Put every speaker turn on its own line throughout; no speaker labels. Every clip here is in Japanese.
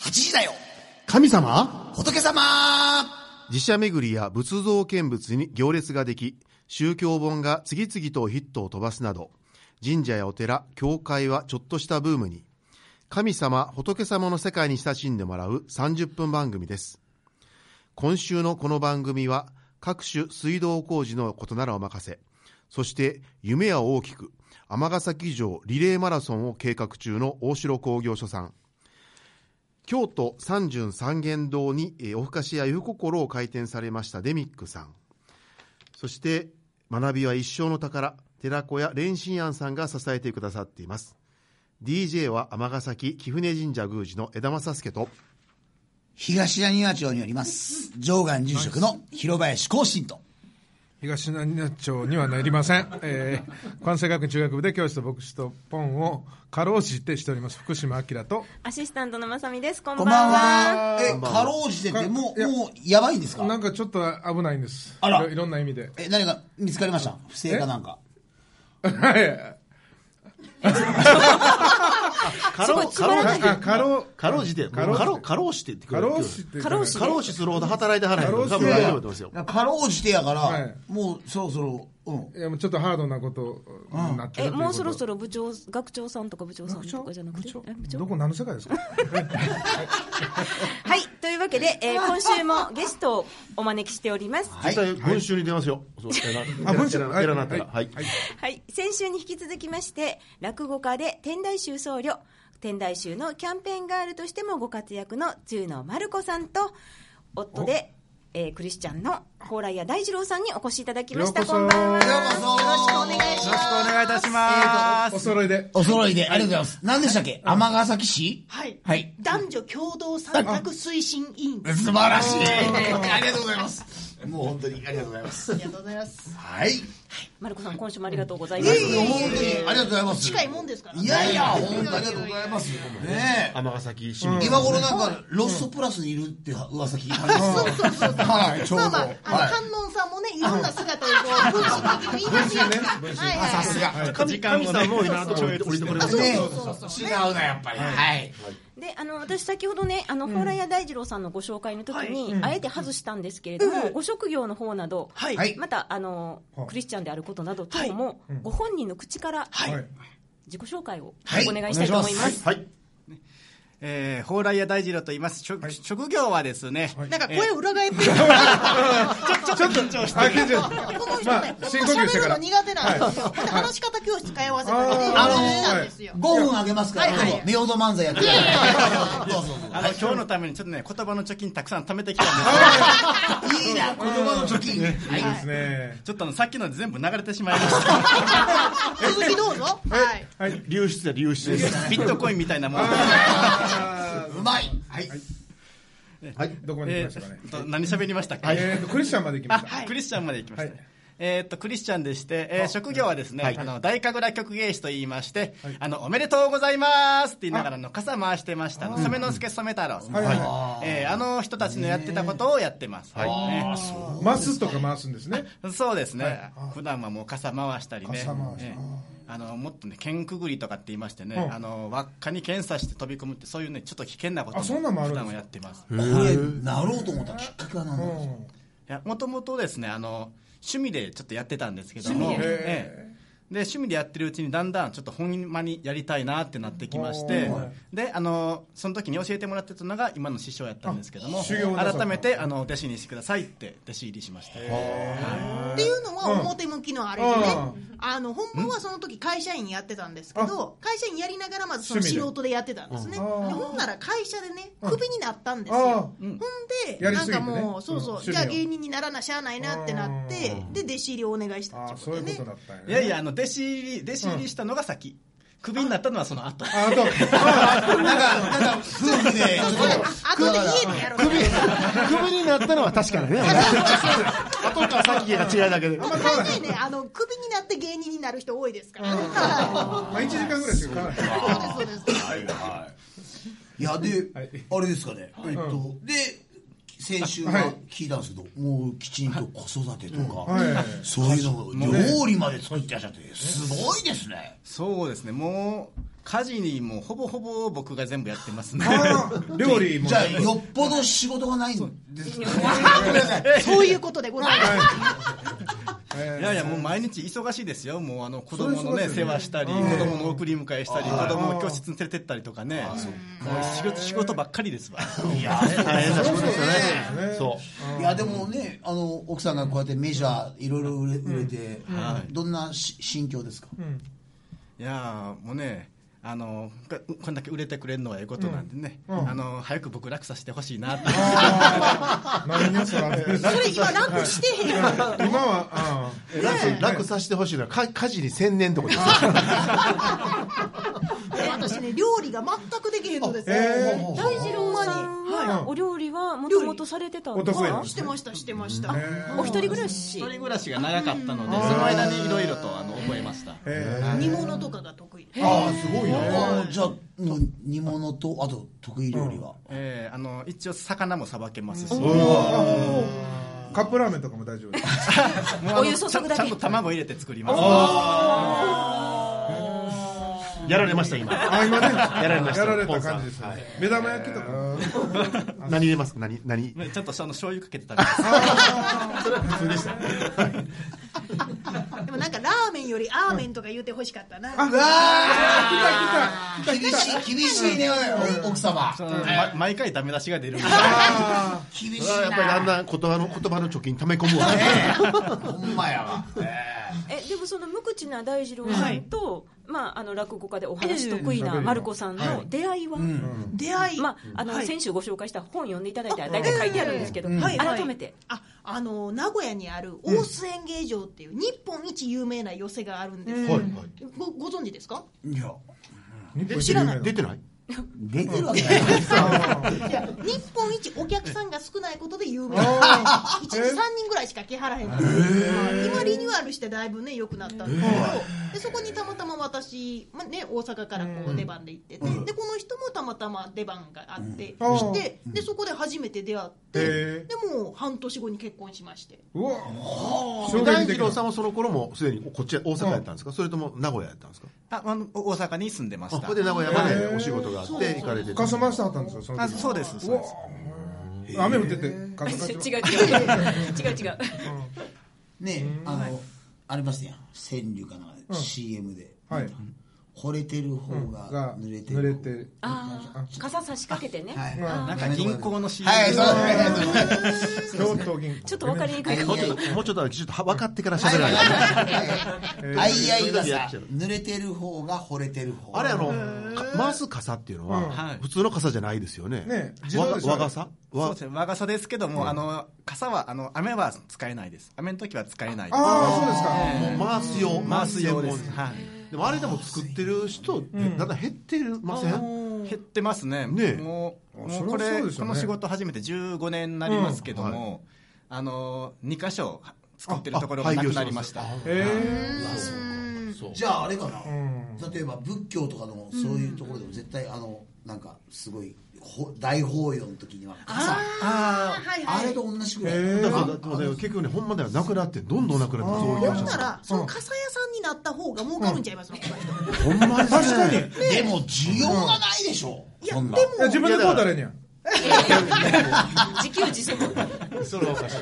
8時だよ
神様
仏様
寺社巡りや仏像見物に行列ができ宗教本が次々とヒットを飛ばすなど神社やお寺教会はちょっとしたブームに神様仏様の世界に親しんでもらう30分番組です今週のこの番組は各種水道工事のことならお任せそして夢は大きく尼崎城リレーマラソンを計画中の大城工業所さん京都三巡三元堂に、えーおふかしやゆ心を開店されましたデミックさんそして学びは一生の宝寺子屋蓮心庵さんが支えてくださっています DJ は尼崎貴船神社宮司の枝正助と
東谷庭町によります、上岸住職の広林光信と、
東南那町にはなりません、えー、関西学院中学部で教師と牧師とポンを過労死ってしております福島明と
アシスタントのまさみです。こんば
こ
ん
んばん
は。
は。え、かろうじてって、もう、もう、やばいんです
な
か
んかちょっと危ないんです
あら
いろいろんな意味で
え、何か見つかりました不正かなんか。
はい
過
すごいつまらない
あ過労
かろうじて、か
かろ
ろ
うじて
う、かろうしてってく
過
れる
労死って
過労死
かろうしするほど働いてはらへんから
過
多
労死
分大丈夫ですよ。
かろうじてやか
は
ら
い、
もうそろそろ、うん。
いやもうちょっとハードなことになってる
え、
といこ
もう
と
そろそろ部長、学長さんとか部長さんとかじゃなくて。え部長
どこ何の世界ですか
はい、というわけで、えー今週もゲストをお招きしております。
い
絶対今週に出ますよ。そう寺
あ文章
寺寺なったら。はい。
はい、先週に引き続きまして、落語家で天台宗僧侶、天台宗のキャンペーンガールとしてもご活躍の露野丸子さんと、夫で、えークリスチャンの高麗屋大二郎さんにお越しいただきました。
ようこそ
こんばんは。
ようこそ
よろしくお願いし
よ
ま
ろしくお願いいたし
ま
ます
お
す。
揃いで
お揃いで、ありがとうございます。何でしたっけ尼崎市
はい、
はい
男女共同参画推進委員です。
素晴らしいありがとうございます。もう本当にありがとうございます
あ。りがとうございます。
はい。い
す。丸子さん、今週もありがとうござい
え
ます。
いえ、本当にありがとうございます。
近いもんですから。
いやいや、本当にありがとうございます。ねえ。
尼崎市民。
今頃なんか、ロストプラスにいるって噂聞いたんですよ。そうそうそう。はい、ちょう
ま
ど。
あまあ、あの、
はい
観音さんもね、いろんな姿をこう、分身的に見出しやすから。はいはい
さすが。
神神さんも今のところ降りてこれますよ。
ね違うな、やっぱり。はい。
であの私、先ほどね、あの蓬莱屋大二郎さんのご紹介の時に、あえて外したんですけれども、ご職業の方など、
はい
はい
またあの
はい
クリスチャンであることなど等も、ご本人の口から
はい
自己紹介を
はい
お願いしたいと思います。
はい。
えー、蓬莱屋大二郎と言います。職,、職業はですね、
なんか声裏返ってる。
ちょっと緊張して
あ緊張
この人
ま
ね、
あ
僕
深呼吸して
喋る
か
の
ら
苦手なんですよ。話し方教室通わせたりね、
あー
あのんですよ。
5分あげますから、
はいはい
どうぞ明度漫才やってください。そうそう
あの、今日のためにちょっとね、言葉の貯金たくさん貯めてきたんです
そう。いいな、言葉の貯金。はい。
ですね
けど、ちょっとあのさっきので全部流れてしまいました。
続きどうぞ。はい。
はい
流出だ流出です。
ビットコインみたいなもので。
あ
うまい。はい。
ーどこまで行きましたかね
えーと何喋りましたっけ、
えーとクリスチャンまで行きま
あ
した
クリスチャンまで行きましたね、
はい
えーっとクリスチャンでして、えー職業はですね、あの大神楽曲芸師と言いまして、あのおめでとうございますって言いながらあの傘回してましたあの染之助染太郎さん、
はいはい
えーあの人たちのやってたことをやってます、ね
回すとか回すんですね
そうですね、普段はもう傘回したりね
傘回し
えーあのもっとね剣くぐりとかって言いましてね、
うん
あの輪っかに検査して飛び込むってそういうねちょっと危険なこと
あそんなんもある
普
んですか
段はやってます
これ、なろうと思ったきっかけは何なんですか
もともとですねあの趣味でちょっとやってたんですけども、
へー
ええで趣味でやってるうちにだんだんちょっとほんまにやりたいなってなってきまして
は
であのその時に教えてもらってたのが今の師匠やったんですけども
あ修行なさった
改めてあの弟子にしてくださいって弟子入りしました
っていうのは表向きのあれでね
うん、
あの本番はその時会社員やってたんですけど、会社員やりながらまずその
趣味で
素人でやってたんですね。で
うんあー
ほんなら会社でね、
ん
クビになったんです
あー
よ。ほんで、
やり
な
す
ん
ぎて
か
ね
もう、そう
うん
そう、
趣
じ
味
ゃ
を
あ芸人にならなしゃあないなってなって
うん、
で、弟子入りをお願いした
あ
って
あ
こと
そうい
で
うこと
ね
だ。ったんやね
いやいやあの弟子入り弟子入りしたのが先クビになったのはその後
ああと
なんか、なんか、夫婦で、ちょっ
これ後で家でやろう。
首になったのは確かだ ね。後か先が違いだけで。
大体ね、あの、クビになって芸人になる人多いですからね。は
まあ1時間ぐらいしかかない
いそうです、そうです。
はいはい。いや、で、
はい
あれですかね。えっと、で、先週は聞いたんですけど、もうきちんと子育てとか、
はい
そういうのを料理まで作ってらっしゃって、すごいですね。
そうですねもう家事にもほぼほぼ僕が全部やってますね。
料理も
じゃあよっぽど仕事がないんですねごめんなさい
そういうことでございます。
いやいや、もう毎日忙しいですよ。もうあの子供の
それ忙しい
ね、
よね
世話したり、子供の送り迎えしたり、子供を教室に連れてったりとかね。もう仕事、仕事ばっかりですわ。
いやそう
大変な仕事ですよね。そう。
いやでもねあの奥さんがこうやってメジャーいろいろ売れ売れて、
はい
どんなし心境ですか、
いやーもうねあのここんだけ売れてくれるのはええことなんでね、あの早く僕楽させてほしいなって
何やそれ
それ今楽してへんやん。
今はああ
え楽楽させてほしいのはか家事に専念とかですよ。
私ね料理が全くできへんのですよ。
え
ー
大二郎さんはお料理はもともとされてたんです
料
か
理
してましたしてました。
お一人暮らし
一人暮らしが長かったのでその間にいろいろとあの覚えました
煮物とかが得意。
ああすごいなあじゃあの煮物とあと得意料理は、
えーあの一応魚もさばけますし
カップラーメンとかも大丈夫です
もうあの
お湯注ぐだけ
ちゃんちゃんと卵入れて作りま
やられました今。
あ今ね
やられました
やられた感じですよね目玉焼きとか
何入れますか何何
すちょっとその醤油かけて食べます
でもなんかラーメンよりアーメンとか言うてほしかったな。
あ厳しい厳しいねお奥様
そのま毎回ダメ出しが出るんで
厳しい
やっぱりだんだん言葉の言葉の貯金溜め 込むわ。
ほんまや わ
えでもその無口な大二郎さんと、まあ、あの落語家でお話得意な丸子さんの出会いは、
出会い。
まあ、あの
はい
先週ご紹介した本読んでいただいたら大体書いてあるんですけど、
はいはい
改めて、
ああの名古屋にある大須演芸場っていう日本一有名な寄席があるんです、
はいは
ごご存知ですか
いや
い。
知らない
出てない？
出てるわけない
いや日本一お客さんが少ないことで有名な1日3人ぐらいしか来はらへんんですはい今リニューアルしてだいぶね良くなったんですけどでそこにたまたま私、まあね、大阪からこう出番で行っててでこの人もたまたま出番があって
うん
来てでそこで初めて出会っ
へ
て
え
でもう半年後に結婚しまして
うわ衝
大
撃
二
的
郎
な
さんはその頃もすでにこっち大阪やったんですか？それとも名古屋やったんですか？
ああのお大阪に住んでま
あ
し
こ
た
こで名古屋ま
へ
で
ー
お仕事があって行かれて
かさ
て。
増してはったんですよその
あ
時
そうですそうです
す雨降っててかさ増し
違
て
う違 う違う違う
ねあのありましたやん川柳かなんかで CM で
はい
惚れてる方が
が
濡れて
濡れ
る
て
あー傘差しかけてね、
はい
なんか銀行の CM
はいそうですね
京都銀行
ちょっと分かりにくいか
も
も
うちょっともうちょっとちょっと分かってから喋らない。
あいあいが
そういう時や
さ
っちゃう
濡れてる方が惚れてる方
あれあのか回す傘っていうの
うん
は
はい普通の傘じゃないですよね。
ね自動
わ
でしょ
が和傘？
そう
和
ですね、和傘ですけども、あの傘はあの雨は使えないです雨の時は使えないです
あ
もう回す用
回すようです、はい、
でもあれでも作ってる人だんだん減ってるません
減ってますね
ねえ
もう
あそ
もう
れは
これ
そうですよ
こ
ね
の仕事始めて15年になりますけども、あの2箇所作ってるところがなくなりました
ああ廃業
そうですかえ
じゃああれかな
うん
例えば仏教とかのそういうところでも絶対あのなんかすごいほ大法要の時には傘
ああはい
あれと同じぐらい
だからだからね結局ねほんまではなくなってどんどんなくなってそういう
ほんな
話
らその傘屋さんになった方が儲かるんちゃいますの、この人
ほんまですね
でも需要がないでしょ
いや
そ
で
ん
も
な
ー自分でこうたらええねや
自給自足だ
それはお かしい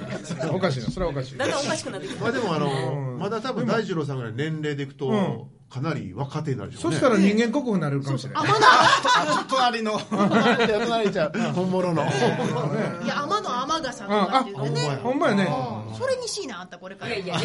おかしいなそれはおかしい
んだんおかしくなってき
ま
た
あでもあのまだ多分大二郎さんぐらい年齢でいくとかなり若手になるでしょう
そ
ね
したら人間国宝になれるかもしれない
あ隣の
らやられちゃう本物の
いや天の天笠とかっていうのね
ああ
ほんまやね
それにしいなあんたこれか
い
ら
やいや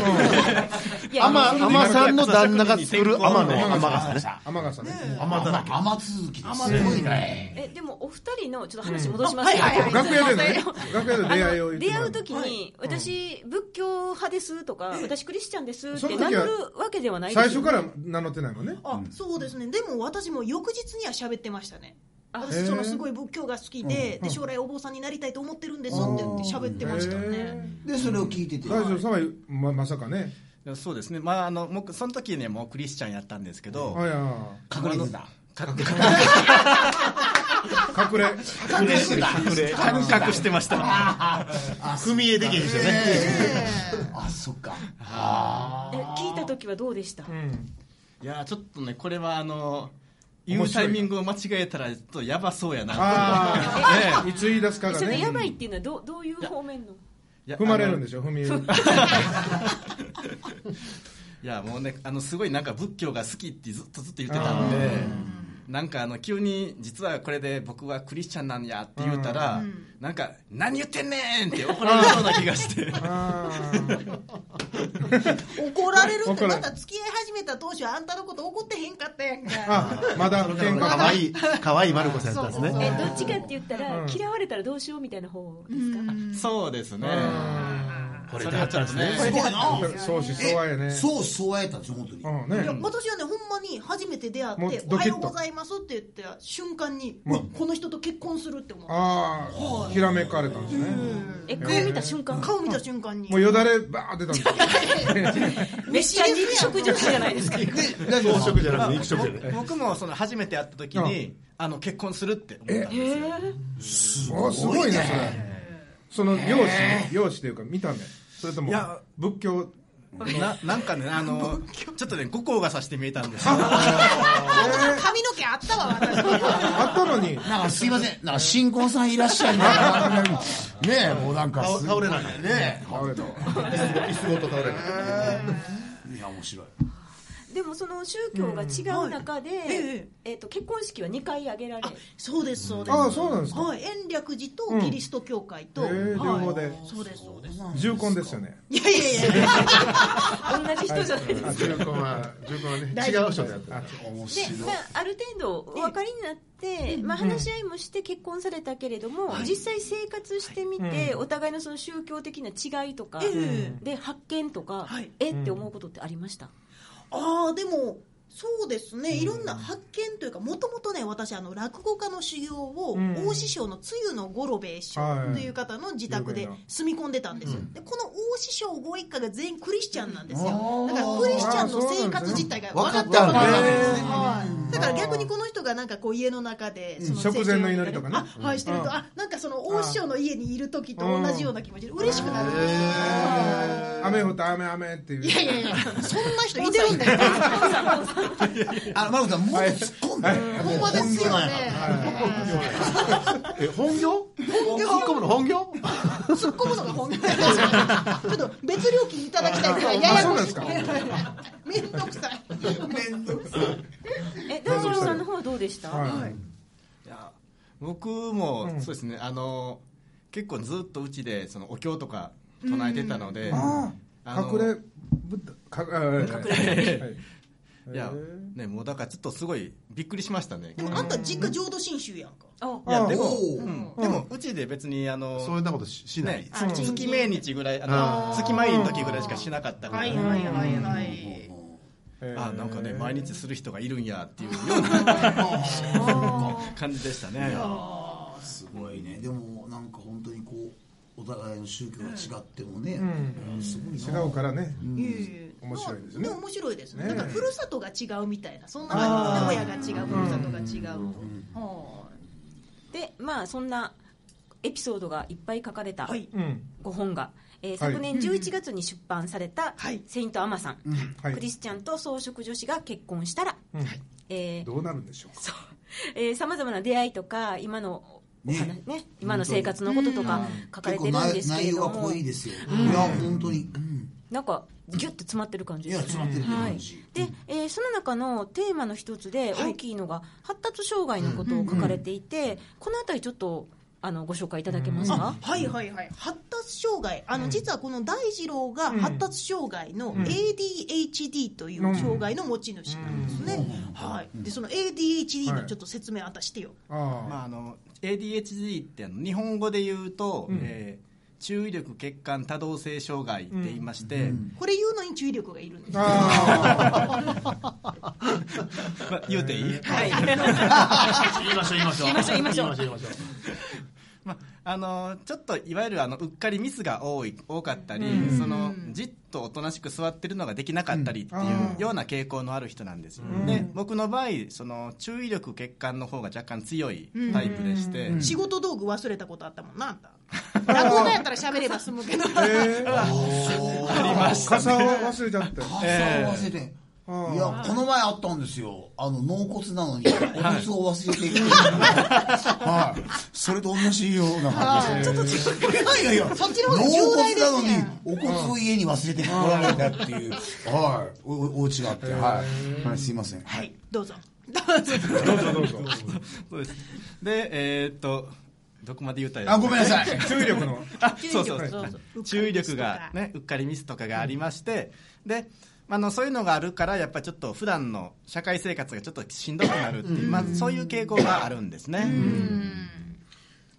いや
天天さんの旦那が作る天の天
あ
傘ね
天笠ね
天だらけ
雨続きですすごいね
えでもお二人のちょっと話戻しますけど、
楽屋でね楽屋で出会いを言って
出
も
会
ら
う時に、私仏教派ですとか私クリスチャンですっ
その
て
時は
名乗るわけではないです
最
よ
初から名乗ってないもんね
あそうですねでも私も翌日には喋ってましたね
あ
へえ
私そのすごい仏教が好きで,、で将来お坊さんになりたいと思ってるんですって言って喋ってましたね
でそれを聞いてて
大丈夫さんはままさかね
そうですねまああのもうその時にはもうクリスチャンやったんですけど、
あいや
隠れてた
隠
隠れ
隠れてた
れ感覚してました
組み絵できへんしね
あそっか
え聞いた時はどうでした、
うん
いやちょっとねこれはあの言うタイミングを間違えたらちょっとやばそうやな
ああ、いつ言い出すかが
その
ね。
やばいっていうのはどうどういう方面の
いや
踏まれるん
あの
でしょ、踏み。うん
いやもうねあのすごいなんか仏教が好きってずっとずっと言ってたんでなんかあの急に実はこれで僕はクリスチャンなんやって言うたらなんか何言ってんねんって怒られそうな気がして
怒られるっ
怒
て
られ
ま
る
た付き合い始めた当初はあんたのこと怒ってへんかったやんか
あ、まだ喧嘩
かわいい、かわいいマルコさんだったんですね。
えどっちかって言ったら嫌われたらどうしようみたいな方ですか、
そうですね
これであったんですね。
すごいな
相思相愛やね。
そうそうやったんですよ本当 に、
うん
いや
ね。
私はねほんまに初めて出会
も
っ
う
て「お
ド
は
キッ
よ
と
うございます」って言った瞬間にうわこの人と結婚するって思う
ああ、ひらめかれたんですね。
え顔見た瞬間
顔見た瞬間に
もうよだればーって出たんですよ。
めっちゃ肉食女子じゃないですか
草食じゃなくて肉食じゃない。
僕僕もその初めて会った時にあの結婚するって思ったんですよ
あすごいねそれその容姿容姿というか見た目それとも
いや
仏教
ななんかねあのちょっとね五光がさして見えたんですよ
髪の毛あったわ私
あったのに
なんかすいませんなんか新婚さんいらっしゃいねねえもうなんかす
倒れないね。
ね
あれだ
椅子ごと倒れない。
えいや面白い
でもその宗教が違う中で、
え
えっと結婚式は2回挙げられ
そうですそうです
ああそうなんですか
はい延暦寺とキリスト教会と、
うんへえ
は
両
い
方で
そうですそうです
重婚ですよね
いやいやいや
同じ人じゃないですか、
あ重婚は重婚はね
大丈夫
人でやってた
面
で
白い
まあ、ある程度お分かりになって、まあ、話し合いもして結婚されたけれども、実際生活してみて、お互いのその宗教的な違いとか、
え
で発見とか、
はい
えって思うことってありました、
ああでもそうですねいろんな発見というかもともとね私あの落語家の修行を
ん
大師匠の露の五郎兵衛師匠
はい
という方の自宅
有
で
名な
住み込んでたんですよでこの大師匠ご一家が全員クリスチャンなんですよだからクリスチャンの生活実態が分
分
か
か
っ
っててある
あるん
ね
ですねはいだから逆にこの人がなんかこう家の中でその
食前の祈りとかね
あはいしてる
うん
とあなんかその大師匠の家にいる時と同じような気持ちで嬉しくなるんですよ
雨降った雨雨っていう
いやいやいやそんな人いてるんだよ
あのマルコさんもう突っ込んで
ほんまですよね。
え、本業本業突っ込むの本業
突っ込むのが本気です。ちょっと別料金いただきたいからや
あ
や
そう
こ
なんで
し
すか
い。めんどくさい。
え大五郎さんの方はどうでした、
はい
いや僕もそうですね、あの結構ずっとうちでそのお経とか唱えてたので、
あ
あの
ー隠れぶったかあ隠れ
いや、ね、もうだからちょっとすごいびっくりしましたね
でもあんた実家浄土真宗やんか。
あ
いやでも、
おー
うんでもうちで別にあ
そ
の、
んなことししな
ね
い、。
うん
月月命日ぐらいあの月参りの時ぐらいしかしなかったから、
いはいはい。
あなんかね毎日する人がいるんやっていうような感じでしたね
すごいねでもなんか本当にこうお互いの宗教が違ってもね、すごい
違
な
うからね面
面
白いですね
面白いですね。だからふるさとが違うみたいなそんな感じですね。親が違うふるさとが違う。は
でまあそんなエピソードがいっぱい書かれた
はい
うん
5本が、えー昨年11月に出版された
はい
「セイント・アマさん」
はい
クリスチャンと装飾女子が結婚したら」
ん
えー
どうなるんでしょうか
そうえー、さまざまな出会いとか今のお話、ね今の生活のこととか書かれ
結
て
構
るん
内
ですけ
内
れ
容
ど
が
も
濃いですよ、いや本当に、うん
なんかギュッと詰まってる感じ
い
で
や
すね
詰まってるって
はい
感じ、
で、えーその中のテーマの一つで大きいのが発達障害のことを書かれていて、この辺りちょっとあのご紹介いただけますか、
いはいはい。発達障害。あの実はこの大二郎が発達障害の ADHD という障害の持ち主なんですね。はい。でその ADHD のちょっと説明あんたしてよ。
あ
まあ、あの ADHD ってあの日本語で言うと、えー注意力欠陥多動性障害って言いまして、
これ言うのに注意力がいるんです
あ。あ
まあ言うていい、
言いましょう、言いましょう。言いましょう、言いましょう。言いましょう。
まあ、あのちょっといわゆるあのうっかりミスが多い多かったり、そのじっとおとなしく座ってるのができなかったりっていうような傾向のある人なんですよ、で僕の場合その注意力欠陥の方が若干強いタイプでして、
仕事道具忘れたことあったもんなあんた落語家やったら喋れば済むけど
えー、傘を忘れちゃって
あそう忘れて、
あ
いや、この前あったんですよ。あの、納骨なのに、お骨を忘れていて。はい。それと同じような感じです。ちょっと違う。いやいやいや、
そっちの
納
方が重大
骨
で
な
す
のに
ね、
お骨を家に忘れてこられたっていう、はい。お、おお家があって、はい。はい、すいません。
はいどうぞ
どうぞどうぞ。
そうですでえーっとどこまで言ったら
あ、
いい
ごめんなさい。
注意力の。
あ
注意
そう
力
そう
どうぞ
はい注意力がねうっかりミスとかがありまして、であのそういうのがあるからやっぱりちょっと普段の社会生活がちょっとしんどくなるっていう、まあ、そういう傾向があるんですね、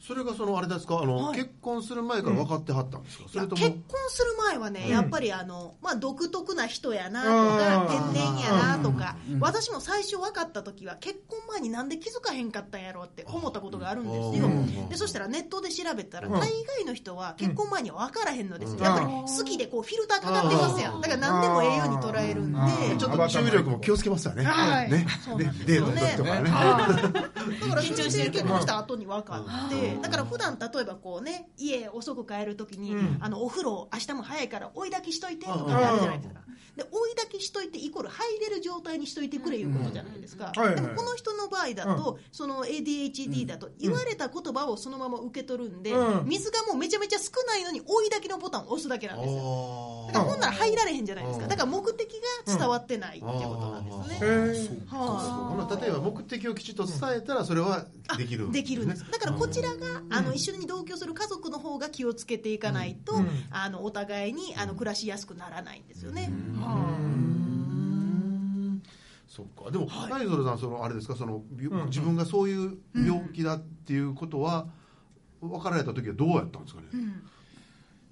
それがそのあれですかあの、結婚する前から分かってはったんですか、
い
そ
や
れと
結
も
婚する前はね、やっぱりあの、まあ、独特な人やなとか
うん
天然やなとか、私も最初分かった時は結婚前になんで気づかへんかったんやろうって思ったことがあるんですよ、でそしたらネットで調べたら、
ん
大概の人は結婚前には分からへんのですよ、
うん
やっぱり好きでこうフィルターかかってますやんだから何でもええように捉えるんで、
うん
ちょっと注意力も気をつけますよね,、
はい
ね
そう
で
なんです
デー
よ
トの
ね
時とかね
だからそれで結婚した後に分かって、だから普段例えばこうね家遅く帰る時に、あのお風呂明日も早いから追い炊きしといてとかあるじゃないですか。で追い炊きしといてイコール入れる状態にしといてくれいうことじゃないですか、
うんはいはい
でもこの人の場合だと、その ADHD だと言われた言葉をそのまま受け取るんで、
うん
水がもうめちゃめちゃ少ないのに追い炊きのボタンを押すだけなんですよだからほんなら入られへんじゃないですかだから目的が伝わってないっていうことなんですね、
えー
はい
この例えば目的をきちっと伝えたらそれは
あ
できる
できるんですだからこちらが、あの一緒に同居する家族の方が気をつけていかないと、あのお互いにあの暮らしやすくならないんですよね、
そっかでも、何それさんそのあれですかその、び自分がそういう病気だっていうことは、分かられた時はどうやったんですかね、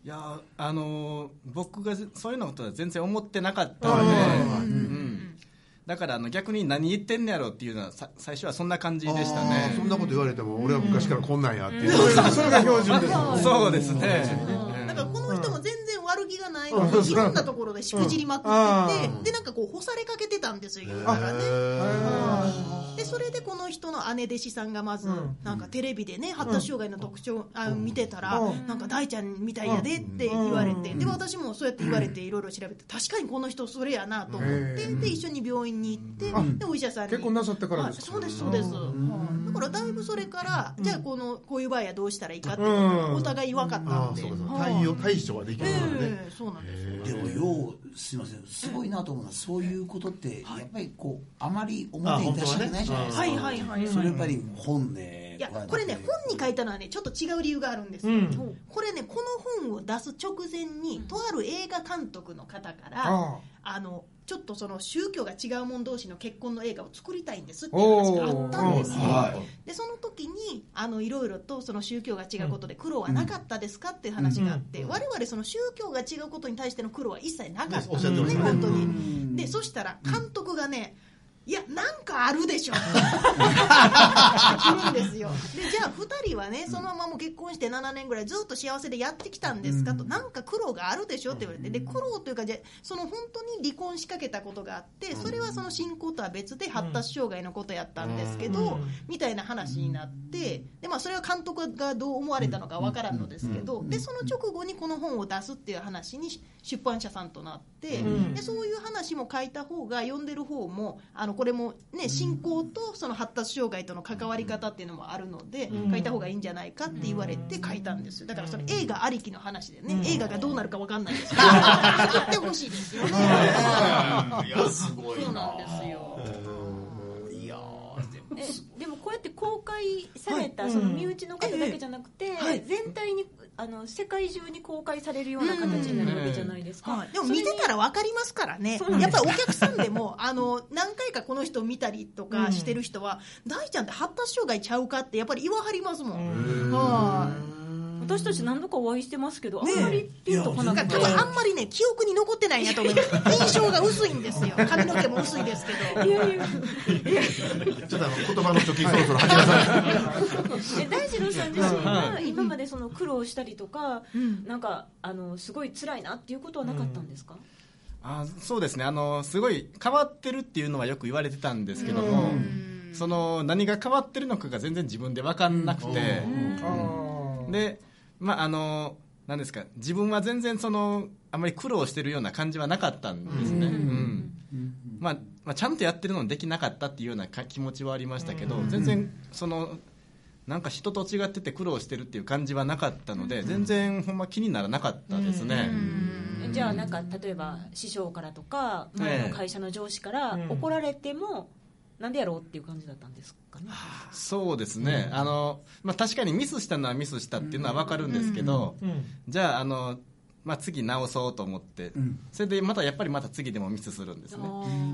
いやーあのー僕がぜそういうのことは全然思ってなかったので、うんだからあの逆に何言ってんねやろっていうのはさ最初はそんな感じでした
あーそ
ね
んなこと言われても俺は昔からこんなんやっていう、
それが標準です。
まあそうですね、
だからこの人も全然悪気がないのにいろんなところでしくじりまくってて、でなんかこう干されかけてたんですよ今からね、でそれでこの人の姉弟子さんがまず、
うん
なんかテレビでね発達障害の特徴、あ見てたら、
うん
なんか大ちゃんみたいやでって言われて、で私もそうやって言われていろいろ調べて確かにこの人それやなと思って、
うん
で一緒に病院に行って、
うん
でお医者さんに
結婚なさってからですか
はいそうですそうです、はいだからだいぶそれから、じゃあこのこういう場合はどうしたらいいかっていう
う
の
ん
がお互い分かった
あ
の
あ
で、
そうかそうか
はい
対応対処はできるからね、
ええそうなんですよ
でもようすいませんすごいなと思うのはそういうことってやっぱりこうあまり表に出したくないじゃないですか、
はいはいはい
それやっぱり本で
いやこれね本に書いたのはねちょっと違う理由があるんですよ、
うん
これねこの本を出す直前にとある映画監督の方から
あ
あのちょっとその宗教が違う者同士の結婚の映画を作りたいんですっていう話があったんですよ
おー
でその時にあのいろいろとその宗教が違うことで苦労はなかったですかっていう話があって、我々その宗教が違うことに対しての苦労は一切なかったんです
おっしゃってま
ね、
したね
本当にでそしたら監督がね、いやなんかあるでし ょ来るんですよでじゃあ2人はねそのままもう結婚して7年ぐらいずっと幸せでやってきたんですかとなんか苦労があるでしょって言われてで苦労というかじゃあその本当に離婚しかけたことがあってそれはその信仰とは別で発達障害のことやったんですけどみたいな話になってで、まあ、それは監督がどう思われたのかわからんのですけどでその直後にこの本を出すっていう話に出版社さんとなってでそういう話も書いた方が読んでる方もあのこれも、ね、信仰とその発達障害との関わり方っていうのもあるので書いた方がいいんじゃないかって言われて書いたんですよだからそれ映画ありきの話でね映画がどうなるかわかんないですけ ど作ってほしいですよね。
いやすご
そうなんですよ
いやでも
えでもこうやって公開されたその身内の方だけじゃなくて全体にあの世界中に公開されるような形になるわけじゃないですか、
でも見てたら分かりますからね
そうなん
や
で
っぱりお客さんでも あの何回かこの人見たりとかしてる人は「大ちゃんって発達障害ちゃうか?」ってやっぱり言わはりますもん。はい
私たち何度かお会いしてますけど、
ねえ
あんまりピンとこな
なんか
くて
多分あんまりね記憶に残ってないんやと思います 印象が薄いんですよ髪の毛も薄いですけど
いやいや
ちょっとあの言葉の貯金そろそろ始めさない
え大二郎さん自身は今までその苦労したりとか、なんかあのすごい辛いなっていうことはなかったんですか、
あそうですねあのすごい変わってるっていうのはよく言われてたんですけども、その何が変わってるのかが全然自分で分かんなくて、
あ
でまああの何ですか自分は全然そのあまり苦労してるような感じはなかったんですね、うんまあまあ、ちゃんとやってるのにできなかったっていうようなか気持ちはありましたけど、全然そのなんか人と違ってて苦労してるっていう感じはなかったので、全然ほんま気にならなかったですね。
じゃあなんか例えば師匠からとか前の会社の上司から怒られてもなんでやろうっていう感じだったんですかね
そうですね、あのまあ、確かにミスしたのはミスしたっていうのは分かるんですけど、じゃああの、まあ、次直そうと思って、それでまたやっぱりまた次でもミスするんですね、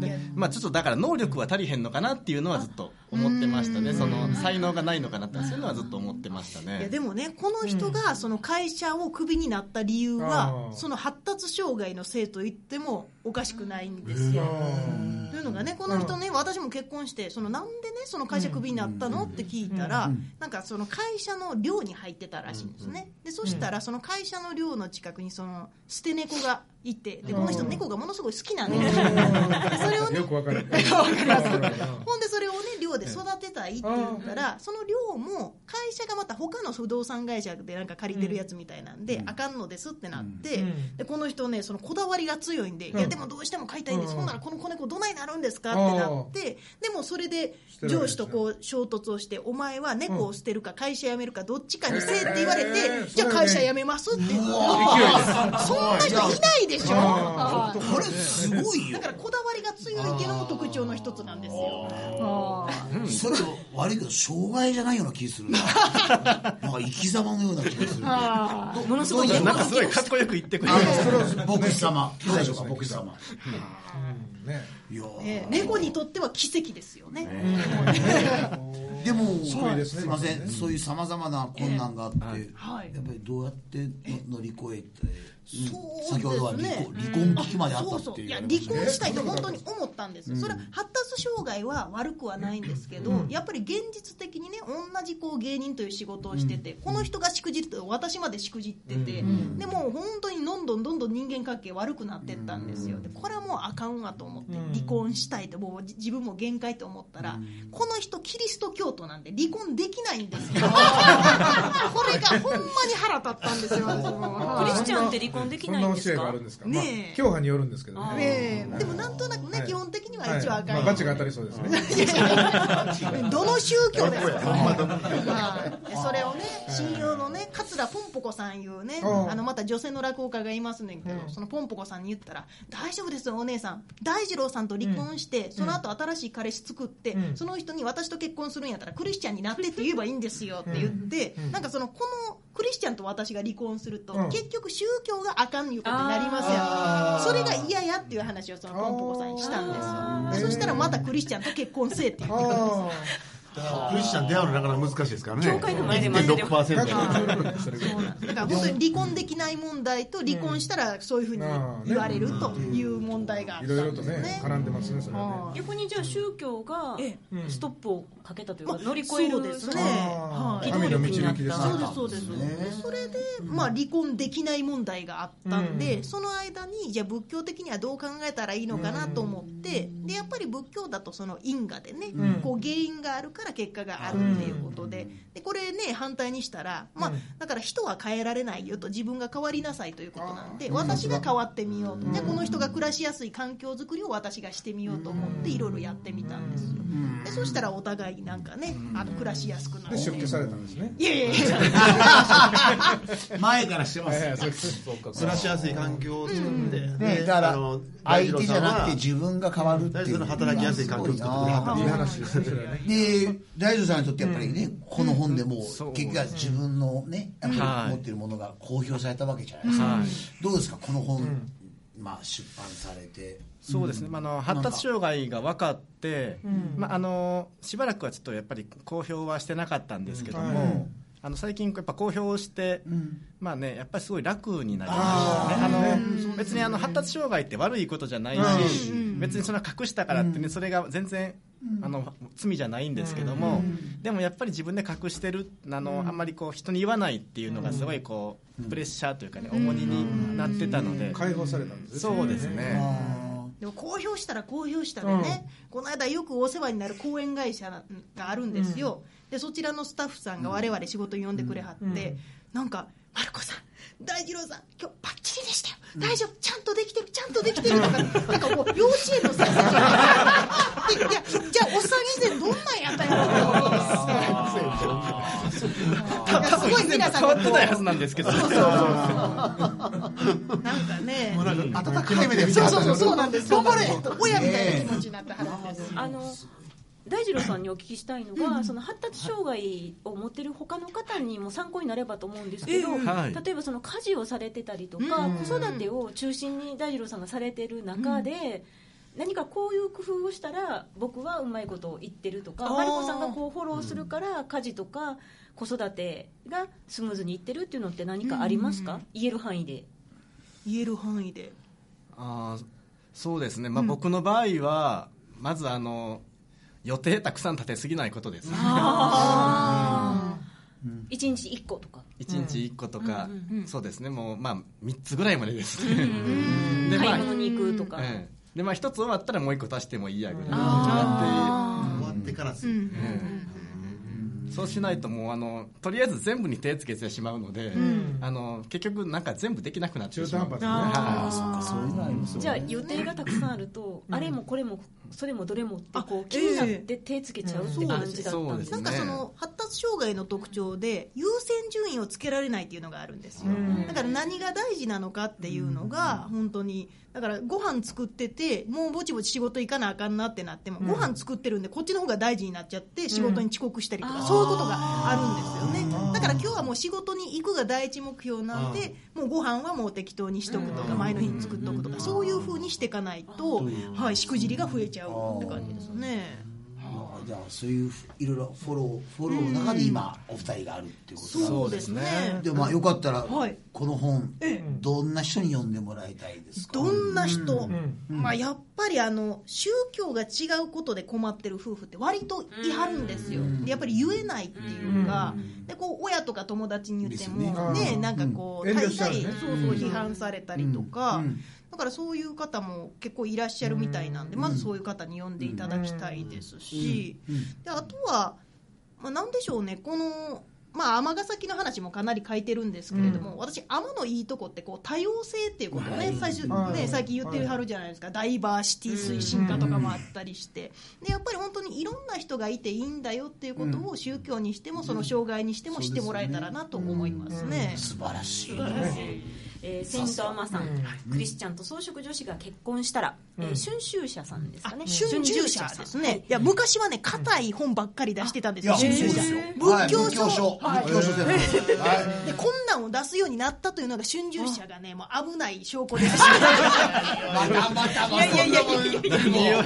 でまあ、ちょっとだから能力は足りへんのかなっていうのはずっと思ってましたね、その才能がないのかなって、そういうのはずっと思ってました
いや
ね。
でもねこの人がその会社をクビになった理由は、
あー
その発達障害のせいと言ってもおかしくないんですよ。というのがねこの人ね、私も結婚してそのなんでねその会社クビになったのって聞いたら、なんかその会社の寮に入ってたらしいんですね、でそしたらその会社の寮の近くにその捨て猫がいてでこの人猫がものすごい好きなんですよでそれをね
よくわかる。
ほんでそれをね寮で育てたいって言ったらその寮も会社がまた他の不動産会社でなんか借りてるやつみたいなんで、あかんのですってなって、
うん
でこの人ねそのこだわりが強いんで、
うん
いやでもどうしても買いたいんです、
うん
ほんならこの子猫どないなるんですかってなってでもそれで上司とこう衝突をしてお前は猫を捨てるか会社辞めるかどっちかにせえって言われて、
えー
じゃ
そう
あ
ね
会社辞めますって言ってそんな人いないでしょ。
あ
はい
これすごいよ
だからこだわりが強いっていうのも特徴の一つなんですよ。
それ悪いけど障害じゃないような気する ななんか生き様のような気がするものすごい
なんかすごいかっこよく言ってくれ
あ
る
のそれは牧師 様どうでしょうか牧師様
ね。
いや
ね
ー
猫にとっては奇跡ですよね。
でもす
そうですね
いませんそういうさまざまな困難があって
はい
やっぱりどうやって乗り越えてうん
そうですね
先ほどは離婚離婚危機まであった
そう
っ
そう
て
い
いう
や離婚したいと本当に思ったんです、それは発達障害は悪くはないんですけど、やっぱり現実的にね同じこう芸人という仕事をしてて、この人がしくじって私までしくじってて、でもう本当にどんどんどんどん人間関係悪くなってったんですよ、でこれはもうあかんわと思って離婚したいともうじ自分も限界と思ったら、この人キリスト教徒なんで離婚できない んですよこれがほんまに腹立ったんですよ私 も
クリスチャンって離婚でき
そん
ない
なん教
です
えがあ
か
るんですか。
ねえ
まあ教派によるんですけどね。
ねえでもなんとなくね、
はい
基本的には
はい
一応赤い、
まあバチが当たりそうですね。
どの宗教ですか、はいでそれをね親友のね桂ポンポコさんいうね
うん
あのまた女性の落語家がいますねんけど、そのポンポコさんに言ったら「大丈夫ですよお姉さん大二郎さんと離婚して、その後新しい彼氏作って、
うん
その人に私と結婚するんやったらクリスチャンになってって言えばいいんですよ」って言って、なんかそのこのクリスチャンと私が離婚すると、
うん
結局宗教があかんいうことになりますよそれが嫌やっていう話をそのポンポコさんにしたんですよでそしたらまたクリスチャンと結婚せえって言ってくるんですよ
クリスチャン出会うのなかなか難しいですからね
教会の前で待ってる
だか
1.6%。
ら協力してるけど
だから本当に離婚できない問題と離婚したらそういうふうに言われるという問題があっ
い
た
ろいろ
ん
と
です
ね
ね。
絡んでますねそれは
は
逆にじゃあ宗教が
え
ストップをかけたというか
まあ
乗り越え
そ
る
うですね
その
ね。
は
あ
い
あ神の導きですね。
そうですそうです、でそれで、まあ、離婚できない問題があったんで、その間にじゃあ仏教的にはどう考えたらいいのかなと思って、でやっぱり仏教だとその因果でね、こう原因があるから結果があるっていうことで,、でこれね反対にしたら、まあ、だから人は変えられないよと自分が変わりなさいということなんで私が変わってみようと、じゃあこの人が暮らしやすい環境づくりを私がしてみようと思っていろいろやってみたんですよ。でそしたらお互いなんかねあの暮らしやすくなっ
で
て
出家されたんですね。
いやいやいや
前からしてます
ええそうです
暮らしやすい環境を作って、
ね
で
だから
あの
相手じゃなくて
大二郎さんは
自分が変わるっていう
大丈夫な働きやすい環境を作ってくれ
いい話ですねそれはね。
で大丈さんにとってやっぱりね、この本でもう結局は自分のね、やっぱ
はい
り持ってるものが公表されたわけじゃないですか、
はい
どうですかこの本、まあ、出版されて
そうですね、まあ、あの発達障害が分かって、まあ、あのしばらくはちょっとやっぱり公表はしてなかったんですけども、あの最近やっぱ公表して、まあね、やっぱりすごい楽になりましたねあの別にあの発達障害って悪いことじゃないし、別にそれは隠したからってねそれが全然あの罪じゃないんですけども、でもやっぱり自分で隠してるあの、あんまりこう人に言わないっていうのがすごいこう、プレッシャーというかね重荷になってたので、
解放されたんですね。
そうですね。
でも公表したら公表したでね、この間よくお世話になる講演会社があるんですよ、でそちらのスタッフさんが我々仕事に呼んでくれはって、なんか「マルコさん大二郎さん今日バッチリでしたよ大丈夫ちゃんとできてるちゃんとできてるとかなんかこう幼稚園の先生がいやじゃあおっさん以前どんなんやったんやろ うとなんかすごい皆さん
変わってな
こ
い
う
はずなんですけど
なんかね
もうなんか温かい目で見て
そう
ま
そうそう
す
そうなんです頑張れ親みたいな気持ちになってはるんですよ
あの大二郎さんにお聞きしたいのが、その発達障害を持ってる他の方にも参考になればと思うんですけど、
はい
例えばその家事をされてたりとか、子育てを中心に大二郎さんがされてる中で、何かこういう工夫をしたら僕はうまいことを言ってるとか
あー
マリコさんがこうフォローするから、家事とか子育てがスムーズにいってるっていうのって何かありますか、言える範囲で。
言える範囲で
あーそうですね、まあ、僕の場合は、まずあの予定たくさん立てすぎないことです、
一日一個とか
一1日1個とか、そうですねもう、まあ、3つぐらいまでですね、 でま
買
あ
い物に行くとか、
ええでまあ、1つ終わったらもう1個足してもいいやぐらいになっ
あ
終わってからす
て、ええそうしないともうあのとりあえず全部に手つけてしまうので、あの結局なんか全部できなくなってしまう
中途半端ですね
はい
あそっかそういうのありますよ
ーじゃあ予定がたくさんあると、あれもこれもそれもどれもってこう気になって手つけちゃうって感じだったんですね
な
そうんで
か
すね
その発達障害の特徴で優先順位をつけられないっていうのがあるんですよだから何が大事なのかっていうのが本当にだからご飯作っててもうぼちぼち仕事行かなあかんなってなってもご飯作ってるんでこっちの方が大事になっちゃって仕事に遅刻したりとかそういうことがあるんですよねだから今日はもう仕事に行くが第一目標なんでもうご飯はもう適当にしとくとか前の日に作っとくとかそういうふうにしていかないとはいしくじりが増えちゃうって感じですよね。
あーじゃあそういういろいろフォローフォローの中で今お二人があるっていうことなん
そうですね
でまあよかったら、
はい
この本どんな人に読んでもらいたいですか
どんな人、まあ、やっぱりあの宗教が違うことで困ってる夫婦って割といはるんですよ、でやっぱり言えないっていうか、でこう親とか友達に言っても、
ですよね
ねなんかこう、
うん
大概、
遠慮しちゃうね
そうそう批判されたりとか、
うん
だからそういう方も結構いらっしゃるみたいなんで、まずそういう方に読んでいただきたいですし、であとは、まあ、なんでしょうねこの。まあ、尼崎の話もかなり書いてるんですけれども、私、尼のいいとこってこう多様性っていうことをね、最初
は
ね
い
最近言ってるはるじゃないですか、ダイバーシティ推進化とかもあったりして、でやっぱり本当にいろんな人がいていいんだよっていうことを宗教にしても、その障害にしても知ってもらえたらなと思いますね。
素晴らしい
えーセイントアマさん、クリスチャンと草食女子が結婚したら、えー春秋社さんです
あ
かね
春秋社ですね、い、や昔はね硬い本ばっかり出してたんで
い
すよ、
やそう
春
で
秋社
すよ
仏教
はい、仏教書、仏
書
教書全部はい
で困難を出すようになったというのが春秋社がねもう危ない証拠 でした
またまたまた
いやいやいや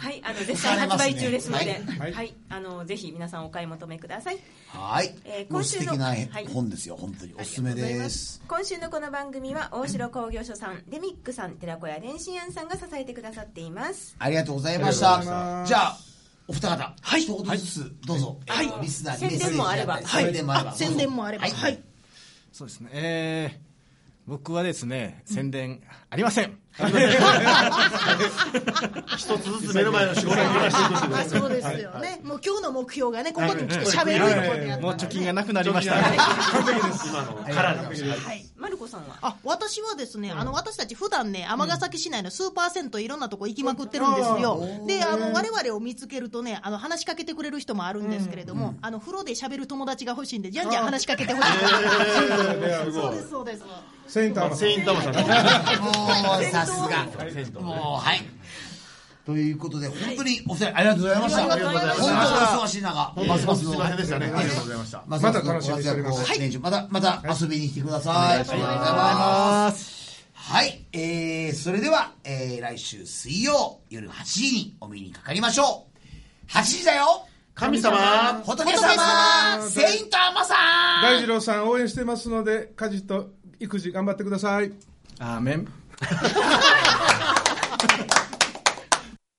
はいあの絶賛発売中ですので、
は
はいいあのぜひ皆さんお買い求めください
はい、
えー
もう
今
素
週の
敵な
はい
本ですよ、本当におすすめです
今週のこの番組は大城工業所さんデミックさん寺子屋蓮心庵さんが支えてくださっています
ありがとうございました
ありがとうございます
じゃあお二方、はい、一言ずつどうぞ、はい、リスナーにメッセージだったり宣伝もあれば、
あ宣伝もあれば
はい
はい
そうですね。えー僕はですね、宣伝ありません。
一つずつ目の前の仕事に回していく
あそうですよね、もう今日の目標がねここに来て喋るってことやった
もう貯金がなくなりました。
今のからで
マルコさんは
あ私はですね、あの私たち普段ね尼崎市内のスーパー銭湯いろんなとこ行きまくってるんですよ、であの我々を見つけるとねあの話しかけてくれる人もあるんですけれども、あの風呂で喋る友達が欲しいんでじゃんじゃん話しかけて ほしい、そうですそうです
セイントアマさん
セイントアマさん
もうさすがもうはいということで本当にお二人ありがとうございました、
りがとうございました
本当にお忙しい中ますますの
すいませんでしたねありがとうございました
ま
また楽しみにしております
はい、練習また、また遊びに来てください。ありがとうございます。はい、えー、それでは、えー、来週水曜夜8時にお目にかかりましょう。8時だよ
神様
仏様セイントアマさん
大二郎さん応援してますので家事と育児頑張ってください
あーめん。